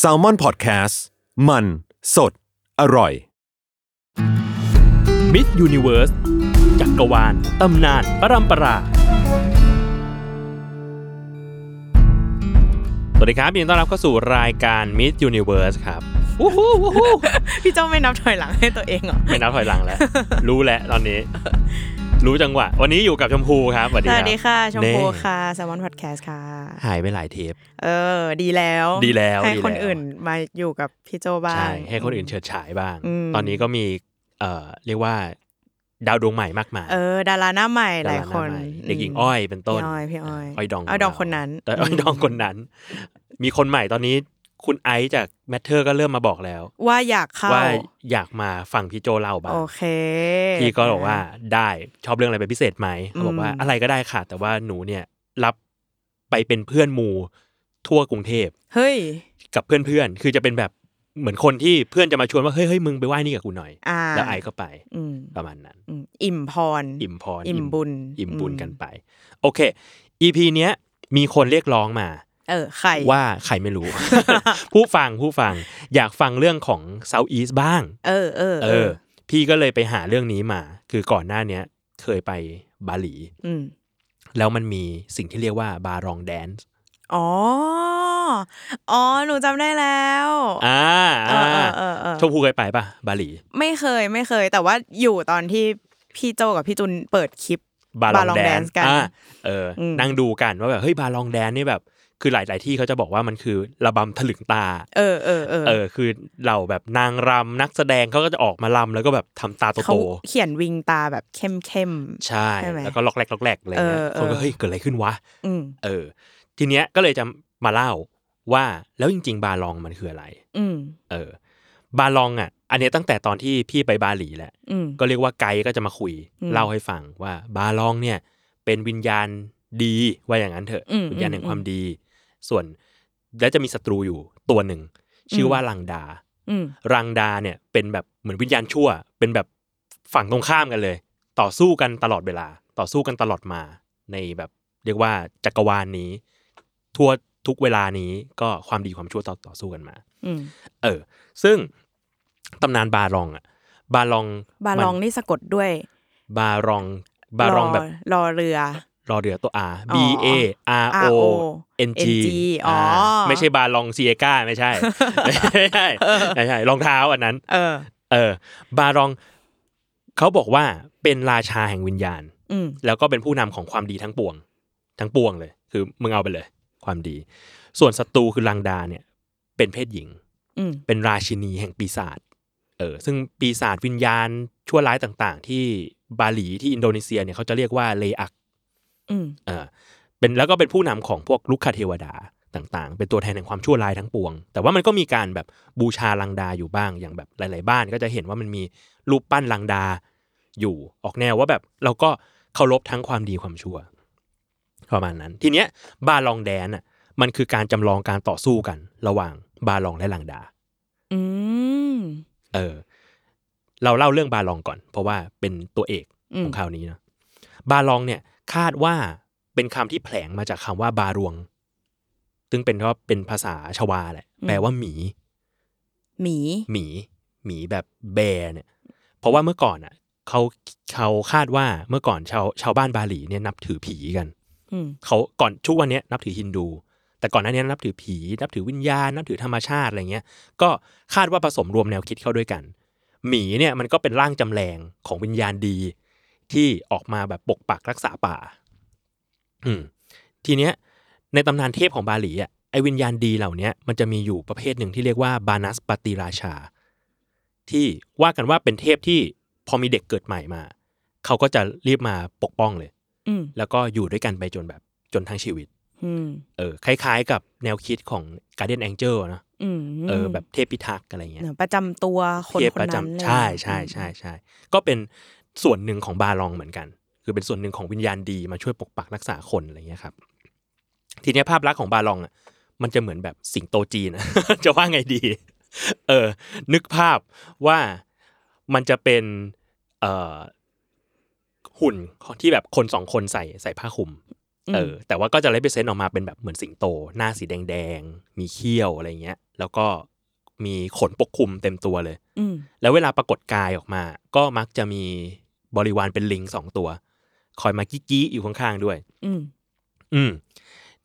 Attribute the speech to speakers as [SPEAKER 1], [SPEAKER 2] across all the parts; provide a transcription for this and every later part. [SPEAKER 1] s a l ม o n PODCAST มัน สด อร่อย
[SPEAKER 2] มิสยูนิเวิร์สจักรวาล ตำนาน ปรัมปรา สวัสดีครับยินดีต้อนรับเข้าสู่รายการมิสยูนิเวิร์สครับวู้ฮู้วู้ฮู้
[SPEAKER 3] พี่เจ้าไม่นับถอยหลังให้ตัวเองเหรอ
[SPEAKER 2] ไม่นับถอยหลั งแล้ว รู้แล้วตอนนี้ รู้จังหวะ วันนี้อยู่กับชมพูครับสวัส
[SPEAKER 3] ส
[SPEAKER 2] ดีค
[SPEAKER 3] วั
[SPEAKER 2] รั
[SPEAKER 3] ส
[SPEAKER 2] บ
[SPEAKER 3] ดีค่ะ ชมพู
[SPEAKER 2] นี่
[SPEAKER 3] ค่ะแซมมอนพอดแคสต์ค่ะ
[SPEAKER 2] หายไปหลายเทป
[SPEAKER 3] เออ ดีแล้ว
[SPEAKER 2] ดีแล้ว
[SPEAKER 3] ให้
[SPEAKER 2] ดีแล้ว
[SPEAKER 3] คนอื่นมาอยู่กับพี่โจบ้าง
[SPEAKER 2] ใช่ ให้คนอื่นเฉิดฉายบ้าง
[SPEAKER 3] อืม
[SPEAKER 2] ตอนนี้ก็มีเอ่อเรียกว่า ดาวดวงใหม่มากมาย
[SPEAKER 3] เออ ดาราหน้าใหม่
[SPEAKER 2] ดร
[SPEAKER 3] หลาย
[SPEAKER 2] ห
[SPEAKER 3] คน
[SPEAKER 2] ใหม่เด็กหญิง
[SPEAKER 3] ม
[SPEAKER 2] อ้อยเป็นต้น
[SPEAKER 3] พี่อ้อยพี่อ้อย
[SPEAKER 2] อ้อยดอง
[SPEAKER 3] อ้อยดอง
[SPEAKER 2] ข
[SPEAKER 3] คนนั้น
[SPEAKER 2] เอออ้อย
[SPEAKER 3] อืม
[SPEAKER 2] ดองคนนั้น มีคนใหม่ตอนนี้คุณไอซ์จากแมทเทอร์ก็เริ่มมาบอกแล้ว
[SPEAKER 3] ว่าอยากเข้า
[SPEAKER 2] ว่าอยากมาฟังพี่โจเล่าบ้าง
[SPEAKER 3] โอเค
[SPEAKER 2] พี่ก็บอกว่าได้ชอบเรื่องอะไรเป็นพิเศษไหมเขาบอกว่า
[SPEAKER 3] อืม
[SPEAKER 2] อะไรก็ได้ค่ะ แต่ว่าหนูเนี่ยรับไปเป็นเพื่อนหมูทั่วกรุงเทพ
[SPEAKER 3] เฮ้ย
[SPEAKER 2] กับเพื่อนๆ คือจะเป็นแบบเหมือนคนที่เพื่อนจะมาชวนว่าเฮ้ยเฮ้ยมึงไปไหว้นี่กับกูหน่อย
[SPEAKER 3] อ่า
[SPEAKER 2] แล้วไอก็ไป
[SPEAKER 3] อืม
[SPEAKER 2] ประมาณนั้น
[SPEAKER 3] อืมอิ่มพร
[SPEAKER 2] อิ่มพร
[SPEAKER 3] อิ่มบุญ
[SPEAKER 2] อิ่มบุญ
[SPEAKER 3] อืม
[SPEAKER 2] กันไป โอเค EP เนี้ยมีคนเรียกร้องมา
[SPEAKER 3] เออไข่
[SPEAKER 2] ว่าใคร ไม่รู้ ผู้ฟังผู้ฟังอยากฟังเรื่องของ South East บ้าง
[SPEAKER 3] เออเออ
[SPEAKER 2] เออ พี่ก็เลยไปหาเรื่องนี้มา คือก่อนหน้าเนี้ยเคยไปบาหลี
[SPEAKER 3] อืม
[SPEAKER 2] แล้วมันมีสิ่งที่เรียกว่าบารองแดนซ์
[SPEAKER 3] อ๋อ อ๋อ หนูจำได้แล้ว
[SPEAKER 2] อ่า
[SPEAKER 3] เออเออเออเออ
[SPEAKER 2] ชมพูเคยไปปะบาหลี
[SPEAKER 3] ไม่เคยไม่เคย แต่ว่าอยู่ตอนที่พี่โจกับพี่จุนเปิดคลิป
[SPEAKER 2] บาลอง
[SPEAKER 3] Balong
[SPEAKER 2] แดน
[SPEAKER 3] Dance กัน
[SPEAKER 2] อ่ะเอออ
[SPEAKER 3] ม
[SPEAKER 2] นั่งดูกันว่าแบบเฮ้ยบาลองแดนนี่แบบ คือหลาย ๆ ที่เขาจะบอกว่ามันคือระบำถลึงตา
[SPEAKER 3] เออเออเออ
[SPEAKER 2] เออ คือเราแบบนางรำนักแสดงเขาก็จะออกมาลำแล้วก็แบบทำตา
[SPEAKER 3] เขา
[SPEAKER 2] โต
[SPEAKER 3] เขียนวิงตาแบบเข้มเข้ม
[SPEAKER 2] ๆใช่
[SPEAKER 3] ใช่ไหม
[SPEAKER 2] แล้วก็ล็อกแรกล็อกแรกอะไรเงี้ย
[SPEAKER 3] เออเออ
[SPEAKER 2] คนก็เฮ้ยเกิดอะไรขึ้นวะ
[SPEAKER 3] ๆอืม
[SPEAKER 2] เออ ทีเนี้ยก็เลยจะมาเล่าว่าแล้วจริง ๆ บาลองมันคืออะไร
[SPEAKER 3] อืม
[SPEAKER 2] เออ บาลองอ่ะ อันเนี้ยตั้งแต่ตอนที่พี่ไปบาหลีแหละ
[SPEAKER 3] อืม
[SPEAKER 2] ก็เรียกว่าไกด์ก็จะมาคุย
[SPEAKER 3] อืม
[SPEAKER 2] เล่าให้ฟังว่าบาลองเนี่ย เป็นวิญญาณดีว่าอย่างนั้นเถอะ
[SPEAKER 3] อืม
[SPEAKER 2] วิญญาณแห่ง
[SPEAKER 3] อืม
[SPEAKER 2] ความดี ส่วนและจะมีศัตรูอยู่ตัวหนึ่ง ชื่ออ
[SPEAKER 3] ม
[SPEAKER 2] ว่าลังดา
[SPEAKER 3] อืม
[SPEAKER 2] รังดาเนี่ยเป็นแบบเหมือนวิญญาณชั่ว เป็นแบบฝั่งตรงข้ามกันเลย ต่อสู้กันตลอดเวลา ต่อสู้กันตลอดมา ในแบบเรียกว่าจักรวาลนี้ ทั่วทุกเวลานี้ก็ความดีความชั่วต่อต่อสู้กันมา
[SPEAKER 3] อืม
[SPEAKER 2] เออ ซึ่งตำนานบารองอะบารอง
[SPEAKER 3] บาลอง
[SPEAKER 2] มัน
[SPEAKER 3] นี่สะกดด้วย
[SPEAKER 2] บารอง บารองแบบ
[SPEAKER 3] รอเรือ
[SPEAKER 2] รอเรือตัว R
[SPEAKER 3] อ๋
[SPEAKER 2] B A
[SPEAKER 3] อ
[SPEAKER 2] R
[SPEAKER 3] R
[SPEAKER 2] O
[SPEAKER 3] O
[SPEAKER 2] N G
[SPEAKER 3] N G อ๋ออ่
[SPEAKER 2] าไม่ใช่บารองเซียก้าไม่ใช่ ไม่ใช่ไม่ใช่รองเท้าอันนั้น
[SPEAKER 3] เออ
[SPEAKER 2] เออ บารองเขาบอกว่าเป็นราชาแห่งวิญญาณ
[SPEAKER 3] อืม
[SPEAKER 2] แล้วก็เป็นผู้นำของความดีทั้งปวง ทั้งปวงเลย คือมึงเอาไปเลย ความดี ส่วนศัตรูคือลังดาเนี่ย เป็นเพศหญิง
[SPEAKER 3] อืม
[SPEAKER 2] เป็นราชินีแห่งปีศาจ เออ ซึ่งปีศาจวิญญาณชั่วร้ายต่างๆ ที่บาหลีที่อินโดนีเซียเนี่ยเขาจะเรียกว่าเลอัก
[SPEAKER 3] อืม
[SPEAKER 2] เออ เป็นแล้วก็เป็นผู้นำของพวกลุกคเทวดาต่างๆ เป็นตัวแทนแห่งความชั่วร้ายทั้งปวง แต่ว่ามันก็มีการแบบบูชาลังดาอยู่บ้าง อย่างแบบหลาย ๆ บ้านก็จะเห็นว่ามันมีรูปปั้นลังดาอยู่ ออกแนวว่าแบบเราก็เคารพทั้งความดีความชั่วประมาณนั้น ทีเนี้ยบาลองแดนอ่ะ มันคือการจำลองการต่อสู้กัน ระหว่างบาลองและลังดา
[SPEAKER 3] อืม
[SPEAKER 2] เออ เราเล่าเรื่องบาลองก่อน เพราะว่าเป็นตัวเอก
[SPEAKER 3] อื
[SPEAKER 2] ข
[SPEAKER 3] ม
[SPEAKER 2] องคราวนี้นะบาลองเนี่ยคาดว่าเป็นคำที่แผลงมาจากคำว่าบารวง ซึ่งเป็นก็เป็นภาษาชวาแหละ แปลว่าหมี
[SPEAKER 3] หมี
[SPEAKER 2] หมี หมีแบบแบร์เนี่ย เพราะว่าเมื่อก่อนอ่ะเขาเขาคาดว่าเมื่อก่อนชาวชาวบ้านบาหลีเนี่ยนับถือผีกัน
[SPEAKER 3] อืม
[SPEAKER 2] เขาก่อนช่วงวันเนี้ยนับถือฮินดู แต่ก่อนหน้านี้นับถือผี นับถือวิญญาณ นับถือธรรมชาติอะไรเงี้ย ก็คาดว่าผสมรวมแนวคิดเข้าด้วยกัน หมีเนี่ยมันก็เป็นร่างจำแรงของวิญญาณดี ที่ออกมาแบบปกปักรักษาป่า อืม ทีเนี้ย ในตำนานเทพของบาหลีอ่ะไอวิญญาณดีเหล่าเนี้ยมันจะมีอยู่ประเภทหนึ่งที่เรียกว่าบานัสปติราชา ที่ว่ากันว่าเป็นเทพที่พอมีเด็กเกิดใหม่มาเขาก็จะรีบมาปกป้องเลย
[SPEAKER 3] อืม
[SPEAKER 2] แล้วก็อยู่ด้วยกันไปจนแบบจนทั้งชีวิต
[SPEAKER 3] อืม
[SPEAKER 2] เออคล้ายๆกับแนวคิดของ Guardian Angel เนอะ
[SPEAKER 3] อืม
[SPEAKER 2] เออแบบเทพพิทักษ์อะไรเงี้ย
[SPEAKER 3] เนี่ยประจำตัวคน
[SPEAKER 2] เทพ
[SPEAKER 3] คน
[SPEAKER 2] ประ
[SPEAKER 3] นั้นเลย
[SPEAKER 2] จำใช่ใช่ใช่ใช่ก็เป็นส่วนหนึ่งของบาลองเหมือนกัน คือเป็นส่วนหนึ่งของวิญญาณดีมาช่วยปกปักรักษาคนอะไรเงี้ยครับ ทีเนี้ยภาพลักษณ์ของบาลองอ่ะมันจะเหมือนแบบสิงโตจีนอะ จะว่าไงดี เออ นึกภาพว่ามันจะเป็นเอ่อหุ่นที่แบบคนสองคนใส่ใส่ผ้าคลุม
[SPEAKER 3] อืม
[SPEAKER 2] เออแต่ว่าก็จะเลเปเซนต์ออกมาเป็นแบบเหมือนสิงโต หน้าสีแดงๆ มีเขี้ยวอะไรเงี้ย แล้วก็มีขนปกคลุมเต็มตัวเลย
[SPEAKER 3] อืม
[SPEAKER 2] แล้วเวลาปรากฏกายออกมา ก็มักจะมีบริวารเป็นลิงสองตัว คอยมากิ๊กๆอยู่ข้างๆด้วย
[SPEAKER 3] อืม
[SPEAKER 2] อืม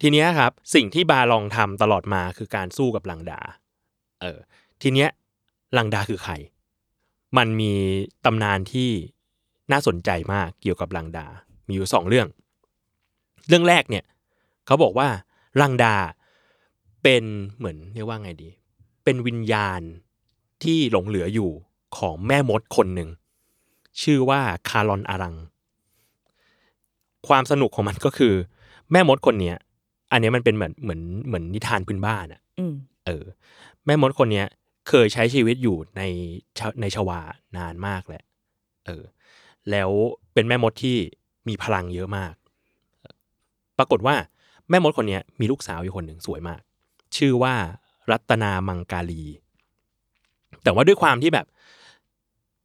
[SPEAKER 2] ทีเนี้ยครับ สิ่งที่บาลองทำตลอดมาคือการสู้กับลังดา เออ ทีเนี้ยลังดาคือใคร มันมีตำนานที่น่าสนใจมากเกี่ยวกับลังดา มีอยู่สองเรื่อง เรื่องแรกเนี่ย เขาบอกว่าลังดาเป็นเหมือนเรียกว่าไงดี เป็นวิญญาณที่หลงเหลืออยู่ของแม่มดคนหนึ่ง ชื่อว่าคารอนอารัง ความสนุกของมันก็คือ แม่มดคนเนี้ย อันเนี้ยมันเป็นเหมือนเหมือนเหมือนนิทานพื้นบ้านอะ
[SPEAKER 3] อืม
[SPEAKER 2] เออ แม่มดคนเนี้ย เคยใช้ชีวิตอยู่ในชะในชวานานมากแหละ เออ แล้วเป็นแม่มดที่มีพลังเยอะมาก ปรากฏว่าแม่มดคนเนี้ยมีลูกสาวอยู่คนหนึ่งสวยมาก ชื่อว่ารัตนามังกาลี แต่ว่าด้วยความที่แบบ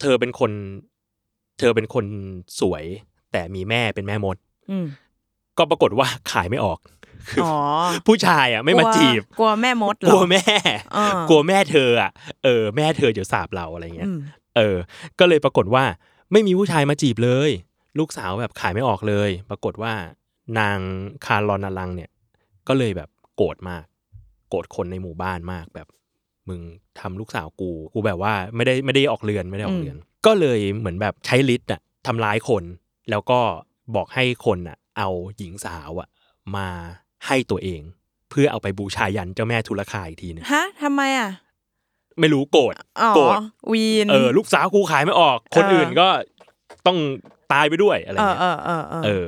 [SPEAKER 2] เธอเป็นคน เธอเป็นคนสวย แต่มีแม่เป็นแม่มด
[SPEAKER 3] อืม
[SPEAKER 2] ก็ปรากฏว่าขายไม่ออก คืออ
[SPEAKER 3] อ๋อ
[SPEAKER 2] ผู้ชายอ่ะไม่มาก
[SPEAKER 3] ลัว
[SPEAKER 2] จีบ
[SPEAKER 3] กลัวแม่มดเหร
[SPEAKER 2] ก
[SPEAKER 3] อ
[SPEAKER 2] ลัวแม่
[SPEAKER 3] อ่าก
[SPEAKER 2] ลัวแม่เธออ่ะ เออ แม่เธอเดี๋ยวสาบเราอะไรเงี้ย
[SPEAKER 3] อืม
[SPEAKER 2] เออ ก็เลยปรากฏว่าไม่มีผู้ชายมาจีบเลย ลูกสาวแบบขายไม่ออกเลย ปรากฏว่านางคารอนอลังเนี่ย ก็เลยแบบโกรธมาก โกรธคนในหมู่บ้านมากแบบ มึงทำลูกสาวกู กูแบบว่าไม่ได้ไม่ได้ออกเรือนไม่ได้ออกเรือน ก็เลยเหมือนแบบใช้ฤทธิ์อะทำร้ายคน แล้วก็บอกให้คนอะเอาหญิงสาวอะมาให้ตัวเอง เพื่อเอาไปบูชายันเจ้าแม่ทุลคาอีกทีหนึง
[SPEAKER 3] ฮะทำไมอ่ะ
[SPEAKER 2] ไม่รู้โกรธ
[SPEAKER 3] อ๋อ
[SPEAKER 2] โกรธ
[SPEAKER 3] วีน
[SPEAKER 2] เออลูกสาวกูขายไม่ออก คน
[SPEAKER 3] เอออื่
[SPEAKER 2] อื่นก็ต้องตายไปด้วยอะไร
[SPEAKER 3] เออ
[SPEAKER 2] เงี้ย
[SPEAKER 3] เออเออเออ
[SPEAKER 2] เออ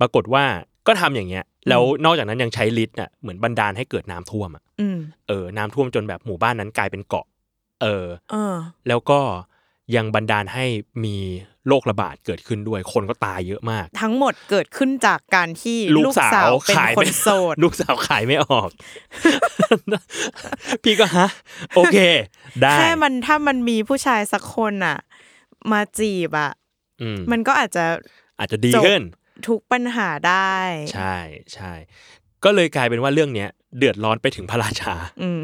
[SPEAKER 2] ปรากฏว่าก็ทำอย่างเงี้ย แล้วนอกจากนั้นยังใช้ฤทธิ์น่ะเหมือนบันดาลให้เกิดน้ำท่วมอ่ะ
[SPEAKER 3] อืม
[SPEAKER 2] เออน้ำท่วมจนแบบหมู่บ้านนั้นกลายเป็นเกาะ เออ
[SPEAKER 3] เออ
[SPEAKER 2] แล้วก็ยังบันดาลให้มีโรคระบาดเกิดขึ้นด้วย คนก็ตายเยอะมาก
[SPEAKER 3] ทั้งหมดเกิดขึ้นจากการที่
[SPEAKER 2] ลูกสาว
[SPEAKER 3] เป็น
[SPEAKER 2] ขาย
[SPEAKER 3] ค
[SPEAKER 2] ไม่
[SPEAKER 3] นโสด
[SPEAKER 2] ลูกสาวขายไม่ออก พี่ก็ฮะ โอเค ได้
[SPEAKER 3] แค่มันถ้ามันมีผู้ชายสักคนอ่ะ มาจีบอ่ะ
[SPEAKER 2] อืม
[SPEAKER 3] มันก็อาจจะ
[SPEAKER 2] อาจจะดีขึ้น
[SPEAKER 3] ทุกปัญหาได้
[SPEAKER 2] ใช่ใช่ ก็เลยกลายเป็นว่าเรื่องเนี้ย เดือดร้อนไปถึงพระราชา
[SPEAKER 3] อืม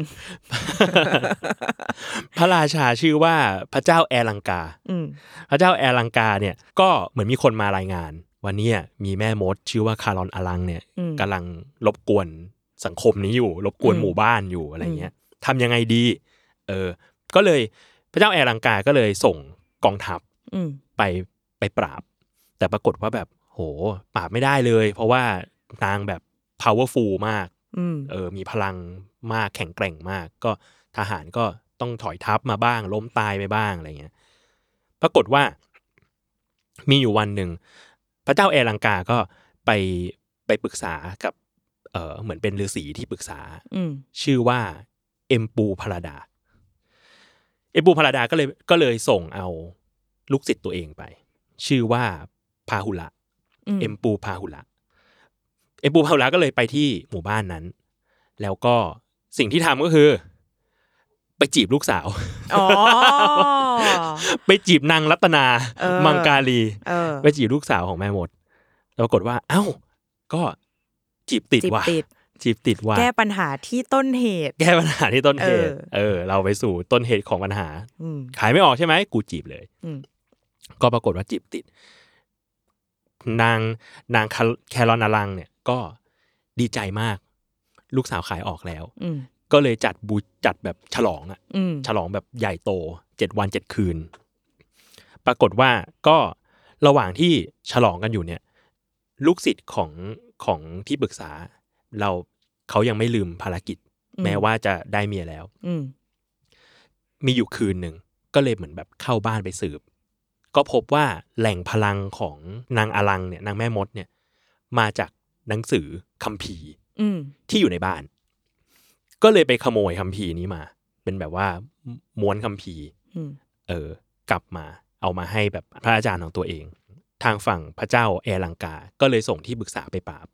[SPEAKER 2] พระราชาชื่อว่าพระเจ้าแอลังกา
[SPEAKER 3] อืม
[SPEAKER 2] พระเจ้าแอลังกาเนี่ยก็เหมือนมีคนมารายงานว่าเนี่ยมีแม่มด ชื่อว่าคารอนอลังเนี่ย
[SPEAKER 3] อืม
[SPEAKER 2] กำลังรบกวนสังคมนี้อยู่ รบกวน
[SPEAKER 3] อืม
[SPEAKER 2] หมู่บ้านอยู่อะไรเงี้ยทำยังไงดี เออ ก็เลยพระเจ้าแอลังกาก็เลยส่งกองทัพ
[SPEAKER 3] อืม
[SPEAKER 2] ไปไปปราบ แต่ปรากฏว่าแบบโหปราบไม่ได้เลย เพราะว่านางแบบ powerful มาก
[SPEAKER 3] อืม
[SPEAKER 2] เออมีพลังมากแข็งแกร่งมาก ก็ทหารก็ต้องถอยทัพมาบ้าง ล้มตายไปบ้างอะไรเงี้ยปรากฏว่า มีอยู่วันหนึ่ง พระเจ้าแอลังกาก็ไปไปปรึกษากับ เออเหมือนเป็นฤาษีที่ปรึกษา
[SPEAKER 3] อืม
[SPEAKER 2] ชื่อว่าเอ็มปูพาราดา เอ็มปูพาราดาก็เลยก็เลยส่งเอาลูกศิษย์ตัวเองไป ชื่อว่าพาหุละ
[SPEAKER 3] อืม
[SPEAKER 2] เอ็มปูพาหุละเอ็มปูพาหุละก็เลยไปที่หมู่บ้านนั้น แล้วก็สิ่งที่ทำก็คือ ไปจีบลูกสาว
[SPEAKER 3] อ๋อ
[SPEAKER 2] ไปจีบนางรัตนา
[SPEAKER 3] เออ
[SPEAKER 2] มังการี
[SPEAKER 3] เออ
[SPEAKER 2] ไปจีบลูกสาวของแม่มดแล้วปรากฏว่า เอ้า ก็จีบติด
[SPEAKER 3] จีบ
[SPEAKER 2] ว่ะ
[SPEAKER 3] ติด
[SPEAKER 2] จีบติดว่ะ
[SPEAKER 3] แก้ปัญหาที่ต้นเหตุ
[SPEAKER 2] แก้ปัญหาที่ต้นเหตุ
[SPEAKER 3] เออ
[SPEAKER 2] เออ เราไปสู่ต้นเหตุของปัญหา
[SPEAKER 3] อืม
[SPEAKER 2] ขายไม่ออกใช่ไหม กูจีบเลย
[SPEAKER 3] อืม
[SPEAKER 2] ก็ปรากฏว่าจีบติด นางนางคาแคลอนอลังเนี่ย ก็ดีใจมาก ลูกสาวขายออกแล้ว
[SPEAKER 3] อืม
[SPEAKER 2] ก็เลยจัดบูจัดแบบฉลองอะ
[SPEAKER 3] อืม
[SPEAKER 2] ฉลองแบบใหญ่โตเจ็ดวันเจ็ดคืน ปรากฏว่าก็ระหว่างที่ฉลองกันอยู่เนี่ย ลูกศิษย์ของของที่ปรึกษา เราเขายังไม่ลืมภารกิจ
[SPEAKER 3] อืม
[SPEAKER 2] แม้ว่าจะได้เมียแล้ว
[SPEAKER 3] อืม
[SPEAKER 2] มีอยู่คืนหนึ่งก็เลยเหมือนแบบเข้าบ้านไปสืบ ก็พบว่าแหล่งพลังของนางอลังเนี่ยนางแม่มดเนี่ย มาจากหนังสือคัมภีร์
[SPEAKER 3] อืม
[SPEAKER 2] ที่อยู่ในบ้าน ก็เลยไปขโมยคัมภีร์นี้มา เป็นแบบว่าม้วนคัมภีร์
[SPEAKER 3] อืม
[SPEAKER 2] เออกลับมาเอามาให้แบบพระอาจารย์ของตัวเอง ทางฝั่งพระเจ้าแอลังกา ก็เลยส่งที่ปรึกษาไปปราบ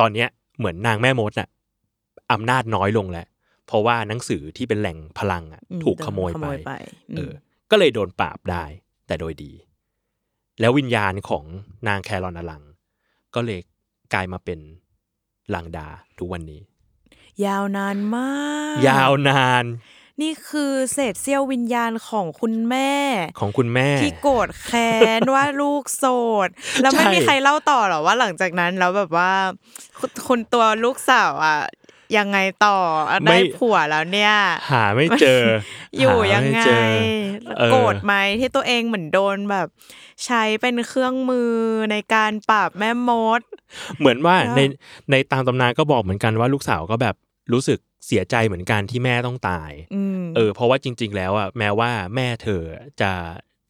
[SPEAKER 2] ตอนเนี้ยเหมือนนางแม่มดน่ะอำนาจน้อยลงแล้ว เพราะว่าหนังสือที่เป็นแหล่งพลังอ่ะ
[SPEAKER 3] อื
[SPEAKER 2] ถูกขโมย
[SPEAKER 3] โดน
[SPEAKER 2] ไป
[SPEAKER 3] อืม
[SPEAKER 2] เออ ก็เลยโดนปราบได้แต่โดยดี แล้ววิญญาณของนางแคลอนอลัง ก็เลย กลายมาเป็นลางดาทุกวันนี้
[SPEAKER 3] ยาวนานมาก
[SPEAKER 2] ยาวนาน
[SPEAKER 3] นี่คือเศษเสี้ยววิญญาณของคุณแม่
[SPEAKER 2] ของคุณแม่
[SPEAKER 3] ที่โกรธแค้น ว่าลูกโสด แล้วไม่
[SPEAKER 2] ใช่
[SPEAKER 3] มีใครเล่าต่อหรอว่าหลังจากนั้นแล้วแบบว่าคุณคุณตัวลูกสาวอ่ะ ยังไงต่ออ่ะได้ผัวแล้วเนี่ย
[SPEAKER 2] หาไม่เจอ
[SPEAKER 3] อยู่
[SPEAKER 2] หา
[SPEAKER 3] ยัง
[SPEAKER 2] ม่
[SPEAKER 3] ไง
[SPEAKER 2] เจอเออ
[SPEAKER 3] โกรธไหมที่ตัวเองเหมือนโดนแบบ ใช้เป็นเครื่องมือในการปราบแม่มด
[SPEAKER 2] เหมือนว่า
[SPEAKER 3] ใช่
[SPEAKER 2] ในในตามตำนานก็บอกเหมือนกันว่าลูกสาวก็แบบรู้สึกเสียใจเหมือนกันที่แม่ต้องตาย
[SPEAKER 3] อืม
[SPEAKER 2] เออเพราะว่าจริง ๆ แล้วอ่ะแม้ว่าแม่เธอจะ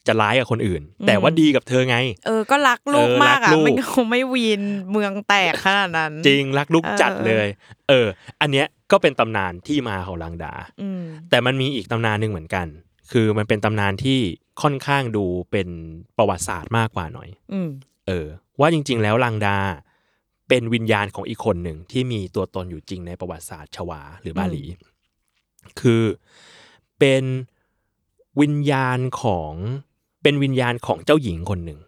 [SPEAKER 2] จะร้ายกับคนอื่น
[SPEAKER 3] อืม
[SPEAKER 2] แต่ว่าดีกับเธอไง
[SPEAKER 3] เออก็รักลูก
[SPEAKER 2] เออ
[SPEAKER 3] มาก
[SPEAKER 2] รั
[SPEAKER 3] อ่ะ
[SPEAKER 2] กลูก
[SPEAKER 3] มันคงไม่วีนเมืองแตกขนาดนั้น
[SPEAKER 2] จริงรักลูก
[SPEAKER 3] เออ
[SPEAKER 2] จัดเลย เออ อันเนี้ยก็เป็นตำนานที่มาของลังดา
[SPEAKER 3] อืม
[SPEAKER 2] แต่มันมีอีกตำนานหนึ่งเหมือนกัน คือมันเป็นตำนานที่ค่อนข้างดูเป็นประวัติศาสตร์มากกว่าหน่อย
[SPEAKER 3] อืม
[SPEAKER 2] เออ ว่าจริง ๆ แล้วลังดา เป็นวิญญาณของอีกคนหนึ่งที่มีตัวตนอยู่จริงในประวัติศาสตร์ชวาหรือบาหลี คือเป็นวิญญาณของเป็นวิญญาณของเจ้าหญิงคนหนึ่ง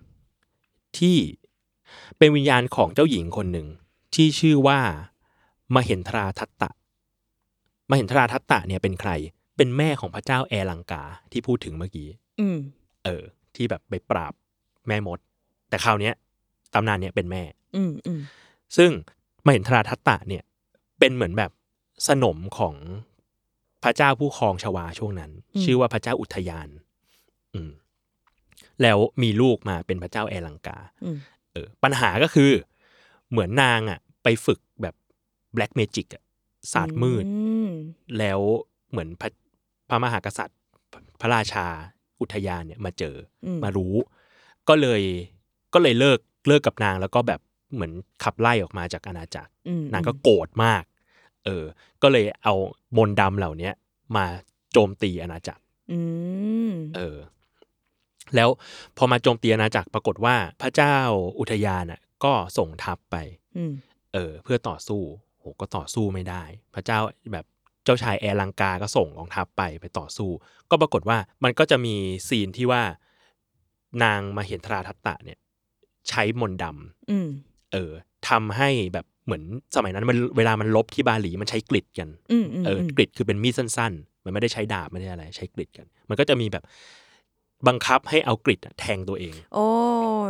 [SPEAKER 2] ที่เป็นวิญญาณของเจ้าหญิงคนหนึ่ง ที่ชื่อว่ามเห็นทราทัตตะมเห็นทราทัตตะเนี่ยเป็นใคร เป็นแม่ของพระเจ้าแอลังกาที่พูดถึงเมื่อกี้
[SPEAKER 3] อืม
[SPEAKER 2] เออ ที่แบบไปปราบแม่มด แต่คราวเนี้ยตำนานเนี้ยเป็นแม่
[SPEAKER 3] อืมอืม
[SPEAKER 2] ซึ่งมหินทราทัตตะเนี่ย เป็นเหมือนแบบสนมของพระเจ้าผู้ครองชวาช่วงนั้น ชื่อว่าพระเจ้าอุทยาน อืม แล้วมีลูกมาเป็นพระเจ้าแอลังกา
[SPEAKER 3] อืม
[SPEAKER 2] เออปัญหาก็คือเหมือนนางอ่ะ ไปฝึกแบบแบล็กเมจิกอ่ะศาสตร์มืด
[SPEAKER 3] อืม
[SPEAKER 2] แล้วเหมือนพระพระมหากษัตริย์ พระพระราชาอุทยานเนี่ยมาเจออ
[SPEAKER 3] ม
[SPEAKER 2] มารู้ ก็เลยก็เลยเลิกเลิกกับนางแล้วก็แบบเหมือนขับไล่ออกมาจากอาณาจักร
[SPEAKER 3] อืม
[SPEAKER 2] นางก็โกรธมาก เออ ก็เลยเอามนต์ดำเหล่าเนี้ยมาโจมตีอาณาจักร
[SPEAKER 3] อืม
[SPEAKER 2] เออ แล้วพอมาโจมตีอาณาจักรปรากฏว่าพระเจ้าอุทยานอ่ะ ก็ส่งทัพไป
[SPEAKER 3] อืม
[SPEAKER 2] เออ เพื่อต่อสู้โหก็ต่อสู้ไม่ได้ พระเจ้าแบบเจ้าชายแอร์ลังกาก็ส่งกองทัพไปไปต่อสู้ ก็ปรากฏว่ามันก็จะมีซีนที่ว่านางมาเห็นทราทัตตะเนี่ย ใช้มนต์ดำ
[SPEAKER 3] อืม
[SPEAKER 2] เออทำให้แบบเหมือนสมัยนั้นมันเวลามันลบที่บาหลีมันใช้กริดกัน
[SPEAKER 3] อืมอืม
[SPEAKER 2] เอออกริดคือเป็นมีดสั้น ๆ มันไม่ได้ใช้ดาบไม่ได้อะไร ใช้กริดกัน มันก็จะมีแบบบังคับให้เอากริดอะแทงตัวเอง
[SPEAKER 3] โอ้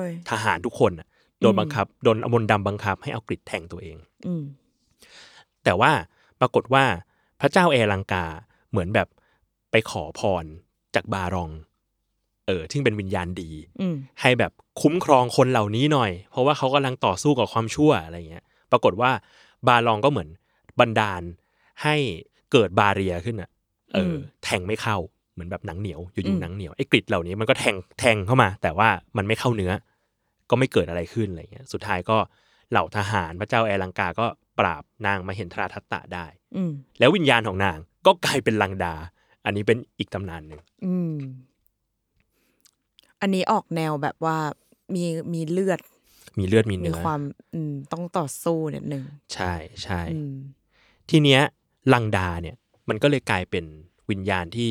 [SPEAKER 3] ย
[SPEAKER 2] ทหารทุกคนอะโดน
[SPEAKER 3] อืม
[SPEAKER 2] บังคับโดนอมนต์ดำบังคับให้เอากริดแทงตัวเอง
[SPEAKER 3] อืม
[SPEAKER 2] แต่ว่าปรากฏว่าพระเจ้าแอลังกาเหมือนแบบไปขอพรจากบารอง เออซึ่งเป็นวิญญาณดี
[SPEAKER 3] อืม
[SPEAKER 2] ให้แบบคุ้มครองคนเหล่านี้หน่อย เพราะว่าเขากำลังต่อสู้กับความชั่วอะไรเงี้ย ปรากฏว่าบาลองก็เหมือนบันดาลให้เกิดบาเรียขึ้นอ่ะ เอออ
[SPEAKER 3] ม
[SPEAKER 2] แทงไม่เข้าเหมือนแบบหนังเหนียวอ
[SPEAKER 3] อื
[SPEAKER 2] ยู่
[SPEAKER 3] ม
[SPEAKER 2] ๆหนังเหนียวไอ้กริดเหล่านี้มันก็แทงแทงเข้ามา แต่ว่ามันไม่เข้าเนื้อ ก็ไม่เกิดอะไรขึ้นอะไรเงี้ย สุดท้ายก็เหล่าทหารพระเจ้าแอลังกาก็ปราบนางมาเห็นทราทัตตะได้
[SPEAKER 3] อืม
[SPEAKER 2] แล้ววิญญาณของนางก็กลายเป็นลังดา อันนี้เป็นอีกตำนานหนึ่ง
[SPEAKER 3] อืม อันนี้ออกแนวแบบว่ามีมีเลือด
[SPEAKER 2] มีเลือดมี
[SPEAKER 3] มี
[SPEAKER 2] เนื้อ
[SPEAKER 3] ความ อืม ต้องต่อสู้นิดนึง
[SPEAKER 2] ใช่ใช่
[SPEAKER 3] อืม
[SPEAKER 2] ทีเนี้ยลังดาเนี่ยมันก็เลยกลายเป็นวิญญาณที่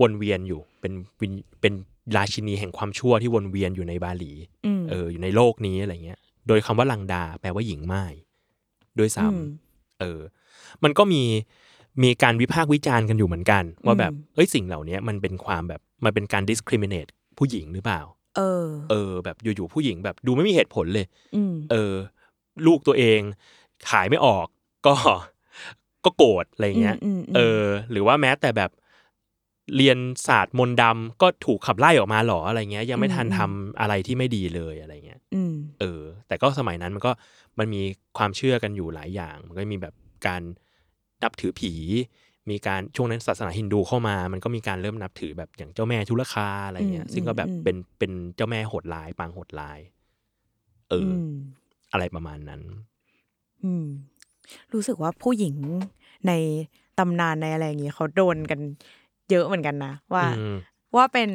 [SPEAKER 2] วนเวียนอยู่เป็นวิญเป็นราชินีแห่งความชั่วที่วนเวียนอยู่ในบาหลี
[SPEAKER 3] อืม
[SPEAKER 2] เอออยู่ในโลกนี้อะไรเงี้ย โดยคำว่าลังดาแปลว่าหญิงไม้ด้วยซ้
[SPEAKER 3] อืม
[SPEAKER 2] ำเออ มันก็มีมีการวิพากษ์วิจารณ์กันอยู่เหมือนกัน ว่าแบบ
[SPEAKER 3] อืม
[SPEAKER 2] เอ้ยสิ่งเหล่าเนี้ยมันเป็นความแบบมันเป็นการ discriminate ผู้หญิงหรือเปล่า
[SPEAKER 3] เออ
[SPEAKER 2] เออ แบบอยู่ๆผู้หญิงแบบดูไม่มีเหตุผลเลย
[SPEAKER 3] อืม
[SPEAKER 2] เออลูกตัวเองขายไม่ออกก็ ก็โกรธอะไรเงี้ย
[SPEAKER 3] อืมอืมอืม
[SPEAKER 2] เออ หรือว่าแม้แต่แบบเรียนศาสตร์มนต์ดำก็ถูกขับไล่ออกมาหรออะไรเงี้ย ยังไม่ทันทำอะไรที่ไม่ดีเลยอะไรเงี้ย
[SPEAKER 3] อืม
[SPEAKER 2] เออ แต่ก็สมัยนั้นมันก็มันมีความเชื่อกันอยู่หลายอย่าง มันก็มีแบบการนับถือผี มีการช่วงนั้นศาสนาฮินดูเข้ามา มันก็มีการเริ่มนับถือแบบอย่างเจ้าแม่ทุลคาอะไรเงี้ย
[SPEAKER 3] อืม
[SPEAKER 2] ซึ่งก็แบบ
[SPEAKER 3] อืม
[SPEAKER 2] เป็นเป็นเจ้าแม่โหดร้ายปางโหดร้ายเอออ
[SPEAKER 3] ม
[SPEAKER 2] อะไรประมาณนั้น
[SPEAKER 3] อืม รู้สึกว่าผู้หญิงในตำนานในอะไรอย่างงี้เขาโดนกันเยอะเหมือนกันนะว่า
[SPEAKER 2] อืม
[SPEAKER 3] ว่าเป็น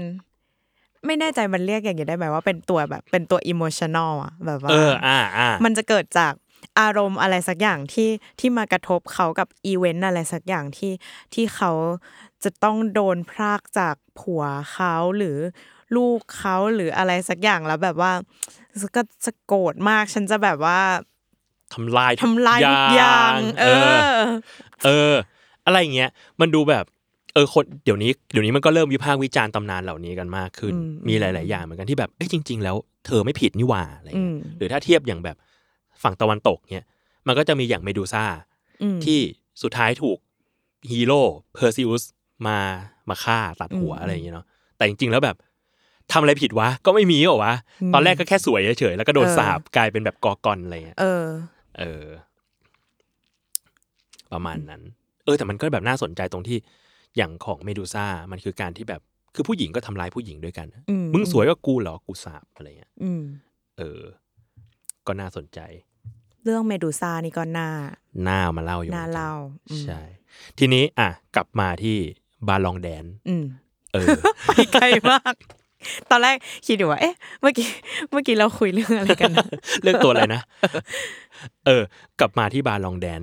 [SPEAKER 3] ไม่แน่ใจมันเรียกอย่างนี้ได้ไหมว่าเป็นตัวแบบเป็นตัวอิโมชันอลอะแบบว่า
[SPEAKER 2] เออ อ่าอ่า
[SPEAKER 3] มันจะเกิดจากอารมณ์อะไรสักอย่างที่ที่มากระทบเขากับอีเวนต์อะไรสักอย่างที่ที่เขาจะต้องโดนพรากจากผัวเขาหรือลูกเขาหรืออะไรสักอย่างแล้วแบบว่าก็จะโกรธมากฉันจะแบบว่า
[SPEAKER 2] ทำลาย
[SPEAKER 3] ทำลายทุกอย่าง เอ
[SPEAKER 2] เออ
[SPEAKER 3] อ
[SPEAKER 2] เออ อะไรอย่างเงี้ยมันดูแบบ เออคนเดี๋ยวนี้เดี๋ยวนี้มันก็เริ่มวิพากษ์วิจารณ์ตำนานเหล่านี้กันมากขึ้น
[SPEAKER 3] อืม
[SPEAKER 2] มีหลาย ๆ อย่างเหมือนกันที่แบบเอ้ยจริง ๆ แล้วเธอไม่ผิดนี่หว่าอะไรเงี้ย
[SPEAKER 3] อืม
[SPEAKER 2] หรือถ้าเทียบอย่างแบบฝั่งตะวันตกเนี่ยมันก็จะมีอย่างเมดูซ่า
[SPEAKER 3] อืม
[SPEAKER 2] ที่สุดท้ายถูกฮีโร่เพอร์ซิอุสมามาฆ่าตัดหัว
[SPEAKER 3] อืม
[SPEAKER 2] อะไรอย่างเงี้ยเนาะแต่จริง ๆ แล้วแบบทำอะไรผิดวะ ก็ไม่มีหรอวะ
[SPEAKER 3] อืม
[SPEAKER 2] ตอนแรกก็แค่สวยเฉยๆแล้วก็โดน
[SPEAKER 3] เออ
[SPEAKER 2] สาบกลายเป็นแบบกอกอนอะไรเงี้ย
[SPEAKER 3] เออ
[SPEAKER 2] เออ ประมาณนั้น เออ แต่มันก็แบบน่าสนใจตรงที่อย่างของเมดูซ่ามันคือการที่แบบคือผู้หญิงก็ทำร้ายผู้หญิงด้วยกัน
[SPEAKER 3] อืม
[SPEAKER 2] มึงสวยกว่ากูเหรอกูสาบอะไรเงี้ย
[SPEAKER 3] อืม
[SPEAKER 2] เออ ก็น่าสนใจ
[SPEAKER 3] เรื่องเมดูซ่านี่ก็น่า
[SPEAKER 2] หน้ามาเล่าอยู่หมือ
[SPEAKER 3] น่า
[SPEAKER 2] กั
[SPEAKER 3] เล่าอืม
[SPEAKER 2] ใช่ ทีนี้อ่ะกลับมาที่บาลองแดน
[SPEAKER 3] อืม
[SPEAKER 2] เออ
[SPEAKER 3] ไปไกลมาก ตอนแรกคิดอยู่ว่า เอ๊ะ เมื่อกี้ เมื่อกี้เราคุยเรื่องอะไรกันนะ
[SPEAKER 2] เรื่องตัวอะไรนะ เออ กลับมาที่บาลองแดน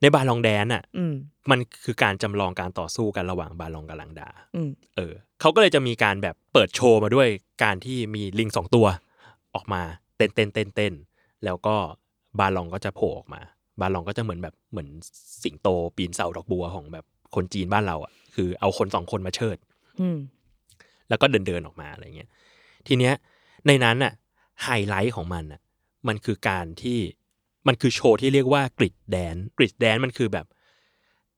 [SPEAKER 2] ในบาลองแดนอ่ะ
[SPEAKER 3] อืม
[SPEAKER 2] มันคือการจำลองการต่อสู้กันระหว่างบาลองกับลังดา
[SPEAKER 3] อืม
[SPEAKER 2] เออเขาก็เลยจะมีการแบบเปิดโชว์มาด้วยการที่มีลิงสองตัว ออกมาเต้นเต้นเต้นเต้นแล้วก็บาลองก็จะโผล่ออกมา บาลองก็จะเหมือนแบบเหมือนสิงโตปีนเสาดอกบัวของแบบคนจีนบ้านเราอ่ะคือเอาคนสองคนมาเชิด
[SPEAKER 3] อืม
[SPEAKER 2] แล้วก็เดินเดินๆออกมาอะไรเงี้ย ทีเนี้ยในนั้นน่ะไฮไลท์ของมันน่ะมันคือการที่มันคือโชว์ที่เรียกว่ากริดแดนกริดแดนมันคือแบบ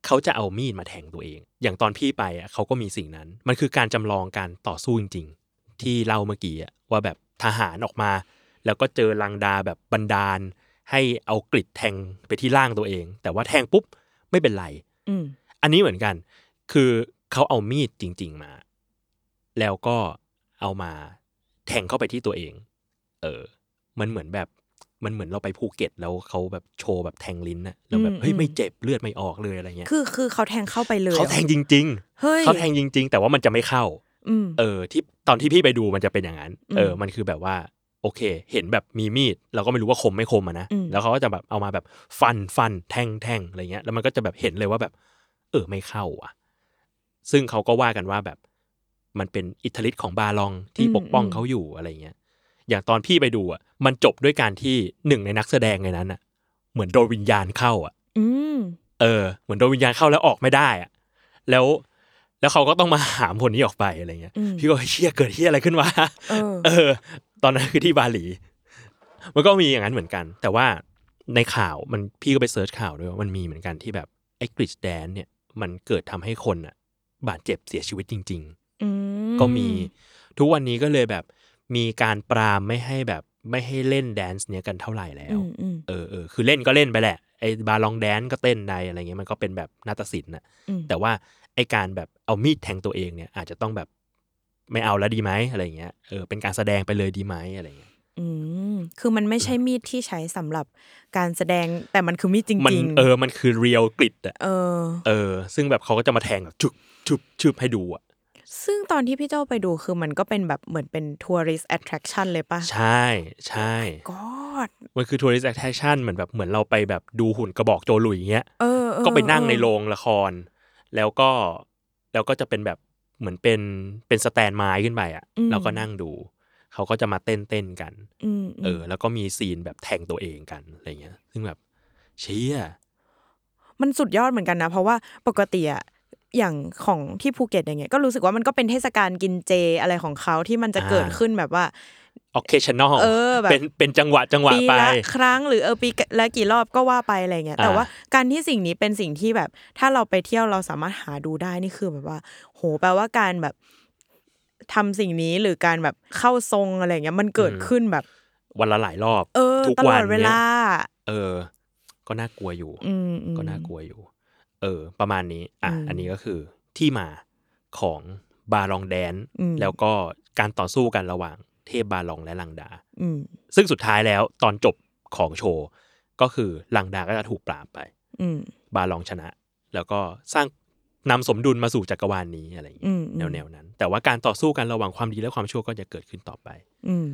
[SPEAKER 2] เขาจะเอามีดมาแทงตัวเอง อย่างตอนพี่ไปอ่ะเขาก็มีสิ่งนั้น มันคือการจำลองการต่อสู้จริง ๆ ที่เล่าเมื่อกี้อ่ะว่าแบบทหารออกมา แล้วก็เจอลังดาแบบบันดาล ให้เอากริดแทงไปที่ร่างตัวเอง แต่ว่าแทงปุ๊บไม่เป็นไร
[SPEAKER 3] อืม
[SPEAKER 2] อันนี้เหมือนกัน คือเขาเอามีดจริง ๆมา แล้วก็เอามาแทงเข้าไปที่ตัวเอง เออ มันเหมือนแบบ มันเหมือนเราไปภูเก็ต แล้วเขาแบบโชว์แบบแทงลิ้นนะแล้วแบบ
[SPEAKER 3] อืม
[SPEAKER 2] เฮ้ย
[SPEAKER 3] อืม
[SPEAKER 2] ไม่เจ็บเลือดไม่ออกเลยอะไรเงี้ย
[SPEAKER 3] คือ คือเขาแทงเข้าไปเลย
[SPEAKER 2] เขาแทงจริง
[SPEAKER 3] เฮ้
[SPEAKER 2] ๆ
[SPEAKER 3] ย
[SPEAKER 2] เขาแทงจริง ๆ แต่ว่ามันจะไม่เข้า
[SPEAKER 3] อืม
[SPEAKER 2] เออ ที่ตอนที่พี่ไปดูมันจะเป็นอย่างนั้น
[SPEAKER 3] อืม
[SPEAKER 2] เออ มันคือแบบว่า โอเค เห็นแบบมีมีด เราก็ไม่รู้ว่าคมไม่คมอะนะ
[SPEAKER 3] อืม
[SPEAKER 2] แล้วเขาก็จะแบบเอามาแบบฟันฟันแทงแทงอะไรเงี้ย แล้วมันก็จะแบบเห็นเลยว่าแบบ เออไม่เข้าอ่ะ ซึ่งเขาก็ว่ากันว่าแบบ มันเป็นอิทธิฤทธิ์ของบาลองที่ปกป้องเขาอยู่อะไรเงี้ย อย่างตอนพี่ไปดูอ่ะ มันจบด้วยการที่หนึ่งในนักแสดงในนั้นอ่ะ เหมือนโดนวิญญาณเข้าอ่ะ
[SPEAKER 3] อืม
[SPEAKER 2] เออเหมือนโดนวิญญาณเข้าแล้วออกไม่ได้อะแล้วแล้วเขาก็ต้องมาหามคนนี้ออกไปอะไรเงี้ย
[SPEAKER 3] อืม
[SPEAKER 2] พี่ก็เชี่ยเกิดเชี่ยอะไรขึ้นวะ
[SPEAKER 3] เออ
[SPEAKER 2] เออ ตอนนั้นคือที่บาหลี มันก็มีอย่างนั้นเหมือนกัน แต่ว่าในข่าวมันพี่ก็ไปเสิร์ชข่าวด้วยว่ามันมีเหมือนกันที่แบบไอ้กริชแดนเนี่ยมันเกิดทำให้คนอ่ะ บาดเจ็บเสียชีวิตจริง ๆ
[SPEAKER 3] อืม
[SPEAKER 2] ก็มีทุกวันนี้ก็เลยแบบมีการปรามไม่ให้แบบไม่ให้เล่นแดนซ์เนี้ยกันเท่าไหร่แล้ว
[SPEAKER 3] อืมอืม
[SPEAKER 2] เออเออคือเล่นก็เล่นไปแหละไอ้บาลองแดนซ์ก็เต้นในอะไรเงี้ยมันก็เป็นแบบนาฏศิลป์นะ
[SPEAKER 3] อืม
[SPEAKER 2] แต่ว่าไอ้การแบบเอามีดแทงตัวเองเนี่ย อาจจะต้องแบบไม่เอาแล้วดีไหมอะไรเงี้ยเออเป็นการแสดงไปเลยดีไหมอะไรเงี้ย
[SPEAKER 3] อืม คือมันไม่ใช่มีดที่ใช้สำหรับการแสดง แต่มันคือมีดจ
[SPEAKER 2] มัน
[SPEAKER 3] ริง
[SPEAKER 2] เออมันคือเรียลกริดอะ
[SPEAKER 3] เออ
[SPEAKER 2] เออ ซึ่งแบบเขาก็จะมาแทงแบบชุบชุบชุบให้ดูอะ
[SPEAKER 3] ซึ่งตอนที่พี่เจ้าไปดูคือมันก็เป็นแบบเหมือนเป็นทัวริสแอ t r a c t i o n เลยปะ
[SPEAKER 2] ใช่ใช่
[SPEAKER 3] กอด
[SPEAKER 2] มันคือทัวริสแอคชั่นเหมือนแบบเหมือนเราไปแบบดูหุ่นกระบอกโจหลุยเงี้ย
[SPEAKER 3] เออเออ
[SPEAKER 2] ก็ไปนั่งใน
[SPEAKER 3] เออ
[SPEAKER 2] โรงละคร แล้วก็แล้วก็จะเป็นแบบเหมือนเป็นเป็นสแตนไม้ขึ้นไปอ่ะ
[SPEAKER 3] อืม
[SPEAKER 2] แล้วก็นั่งดู เขาก็จะมาเต้นเต้นกัน
[SPEAKER 3] อืม
[SPEAKER 2] เอ
[SPEAKER 3] อืม
[SPEAKER 2] อ แล้วก็มีซีนแบบแทงตัวเองกันอะไรเงี้ย ซึ่งแบบเชี่ย
[SPEAKER 3] มันสุดยอดเหมือนกันนะ เพราะว่าปกติอะอย่างของที่ภูเก็ตอย่างเงี้ยก็รู้สึกว่ามันก็เป็นเทศกาลกินเจอะไรของเขาที่มันจะเกิดขึ้นแบบว่า
[SPEAKER 2] ออเคชั่นอล
[SPEAKER 3] เออแบบ
[SPEAKER 2] เป็นเป็นจังหวะจังหวะ
[SPEAKER 3] ปี
[SPEAKER 2] ไป
[SPEAKER 3] ละครั้งหรือเออปีละกี่รอบก็ว่าไปอะไรเงี้ย
[SPEAKER 2] อ่า
[SPEAKER 3] แต่ว่าการที่สิ่งนี้เป็นสิ่งที่แบบ ถ้าเราไปเที่ยวเราสามารถหาดูได้นี่คือแบบว่า โหแปลว่าการแบบทำสิ่งนี้หรือการแบบเข้าทรงอะไรเงี้ยมันเกิดขึ้นแบบ
[SPEAKER 2] วันละหลายรอบ
[SPEAKER 3] เออ
[SPEAKER 2] ทุก
[SPEAKER 3] ตล
[SPEAKER 2] วั
[SPEAKER 3] อน ดเว
[SPEAKER 2] นี่ย
[SPEAKER 3] ลา
[SPEAKER 2] เออ ก็น่ากลัวอยู่
[SPEAKER 3] อืมอืม
[SPEAKER 2] ก็น่ากลัวอยู่ เออ ประมาณนี้ อ่ะ
[SPEAKER 3] อืม
[SPEAKER 2] อันนี้ก็คือที่มาของบาลองแดน
[SPEAKER 3] อืม
[SPEAKER 2] แล้วก็การต่อสู้กันระหว่างเทพบาลองและลังดา
[SPEAKER 3] อืม
[SPEAKER 2] ซึ่งสุดท้ายแล้วตอนจบของโชว์ ก็คือลังดาก็จะถูกปราบไป
[SPEAKER 3] อืม
[SPEAKER 2] บาลองชนะ แล้วก็สร้างนำสมดุลมาสู่จักรวาลนี้อะไรอย่างเงี้ย
[SPEAKER 3] อืมอืม
[SPEAKER 2] แนวๆนั้น แต่ว่าการต่อสู้กันระหว่างความดีและความชั่วก็จะเกิดขึ้นต่อไป
[SPEAKER 3] อืม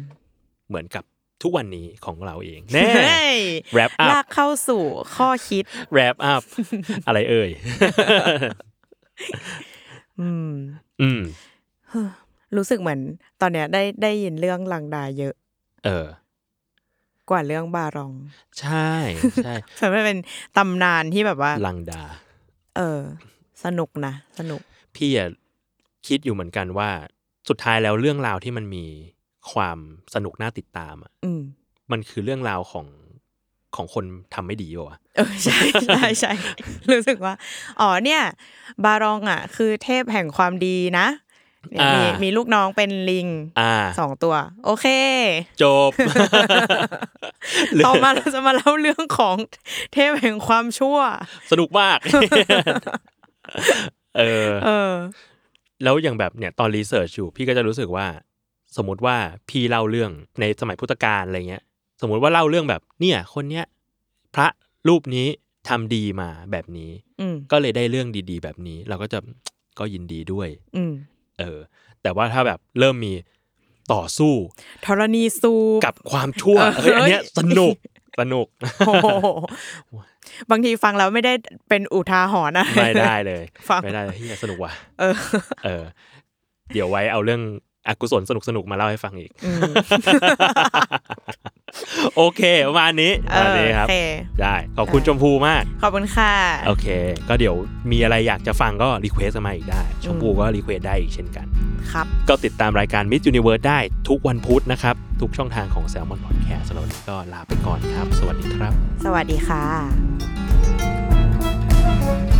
[SPEAKER 2] เหมือนกับทุกวันนี้ของเราเองแน่
[SPEAKER 3] เฮ้ย
[SPEAKER 2] wrap up
[SPEAKER 3] ลากเข้าสู่ข้อคิด
[SPEAKER 2] wrap up อะไรเอ่ย
[SPEAKER 3] อืม
[SPEAKER 2] อืม
[SPEAKER 3] รู้สึกเหมือนตอนเนี้ยได้ได้ยินเรื่องลังดาเยอะ
[SPEAKER 2] เออ
[SPEAKER 3] กว่าเรื่องบารอง
[SPEAKER 2] ใช่ใช่
[SPEAKER 3] ฉันว่าเป็นตำนานที่แบบว่า
[SPEAKER 2] ลังดา
[SPEAKER 3] เออ สนุกนะสนุก
[SPEAKER 2] พี่อะคิดอยู่เหมือนกันว่าสุดท้ายแล้วเรื่องราวที่มันมีความสนุกน่าติดตามอะ
[SPEAKER 3] อืม
[SPEAKER 2] มันคือเรื่องราวของของคนทำไม่ดีป่ะวะ
[SPEAKER 3] เออ ใช่ ใช่ใช่ รู้สึกว่า อ๋อเนี่ย บารองอ่ะ คือเทพแห่งความดีนะเนี่ยมี
[SPEAKER 2] อ่ามี
[SPEAKER 3] มีลูกน้องเป็นลิง
[SPEAKER 2] อ่า
[SPEAKER 3] สองตัว โอเค
[SPEAKER 2] จบ เรื่อง
[SPEAKER 3] ต่อมา เราจะมาเล่าเรื่องของเทพแห่งความชั่ว
[SPEAKER 2] สนุกมาก เออ
[SPEAKER 3] เออ
[SPEAKER 2] แล้วอย่างแบบเนี่ยตอนรีเสิร์ชอยู่พี่ก็จะรู้สึกว่า สมมติว่าพี่เล่าเรื่องในสมัยพุทธกาลอะไรเงี้ย สมมติว่าเล่าเรื่องแบบ เนี่ย คนเนี้ยพระรูปนี้ทำดีมาแบบนี้
[SPEAKER 3] อืม
[SPEAKER 2] ก็เลยได้เรื่องดีๆ แบบนี้ เราก็จะ ก็ยินดีด้วย
[SPEAKER 3] อืม
[SPEAKER 2] เออ แต่ว่าถ้าแบบเริ่มมีต่อสู้
[SPEAKER 3] ธรณีสู
[SPEAKER 2] กับความชั่ว
[SPEAKER 3] เออ
[SPEAKER 2] เฮ้ยอันเนี้ยสนุกสนุก
[SPEAKER 3] โอ้โหบางทีฟังแล้วไม่ได้เป็นอุทาหรณ์นะ
[SPEAKER 2] ไม่ได้เลย
[SPEAKER 3] ฟัง
[SPEAKER 2] ไม่ได้เลยเฮียสนุกว่ะ
[SPEAKER 3] เออ
[SPEAKER 2] เออ เดี๋ยวไว้เอาเรื่องอกุศลสนุกสนุกๆมาเล่าให้ฟังอีก
[SPEAKER 3] อืม
[SPEAKER 2] โอเคประมาณนี้
[SPEAKER 3] เอ
[SPEAKER 2] ประมาณ
[SPEAKER 3] อ
[SPEAKER 2] นี้ค
[SPEAKER 3] โอ
[SPEAKER 2] รับ
[SPEAKER 3] เค
[SPEAKER 2] ได้ ขอบคุณชมพูมาก
[SPEAKER 3] ขอบคุณค่ะ
[SPEAKER 2] โอเค ก็เดี๋ยวมีอะไรอยากจะฟังก็รีเควสมาอีกได้ ชมพูก็รีเควสได้อีกเช่นกัน
[SPEAKER 3] ครับ
[SPEAKER 2] ก็ติดตามรายการ Miss Universe ได้ทุกวันพุธนะครับ ทุกช่องทางของ Salmon Podcast สำหรับวันนี้ก็ลาไปก่อนครับ สวัสดีครับ
[SPEAKER 3] สวัสดีค่ะ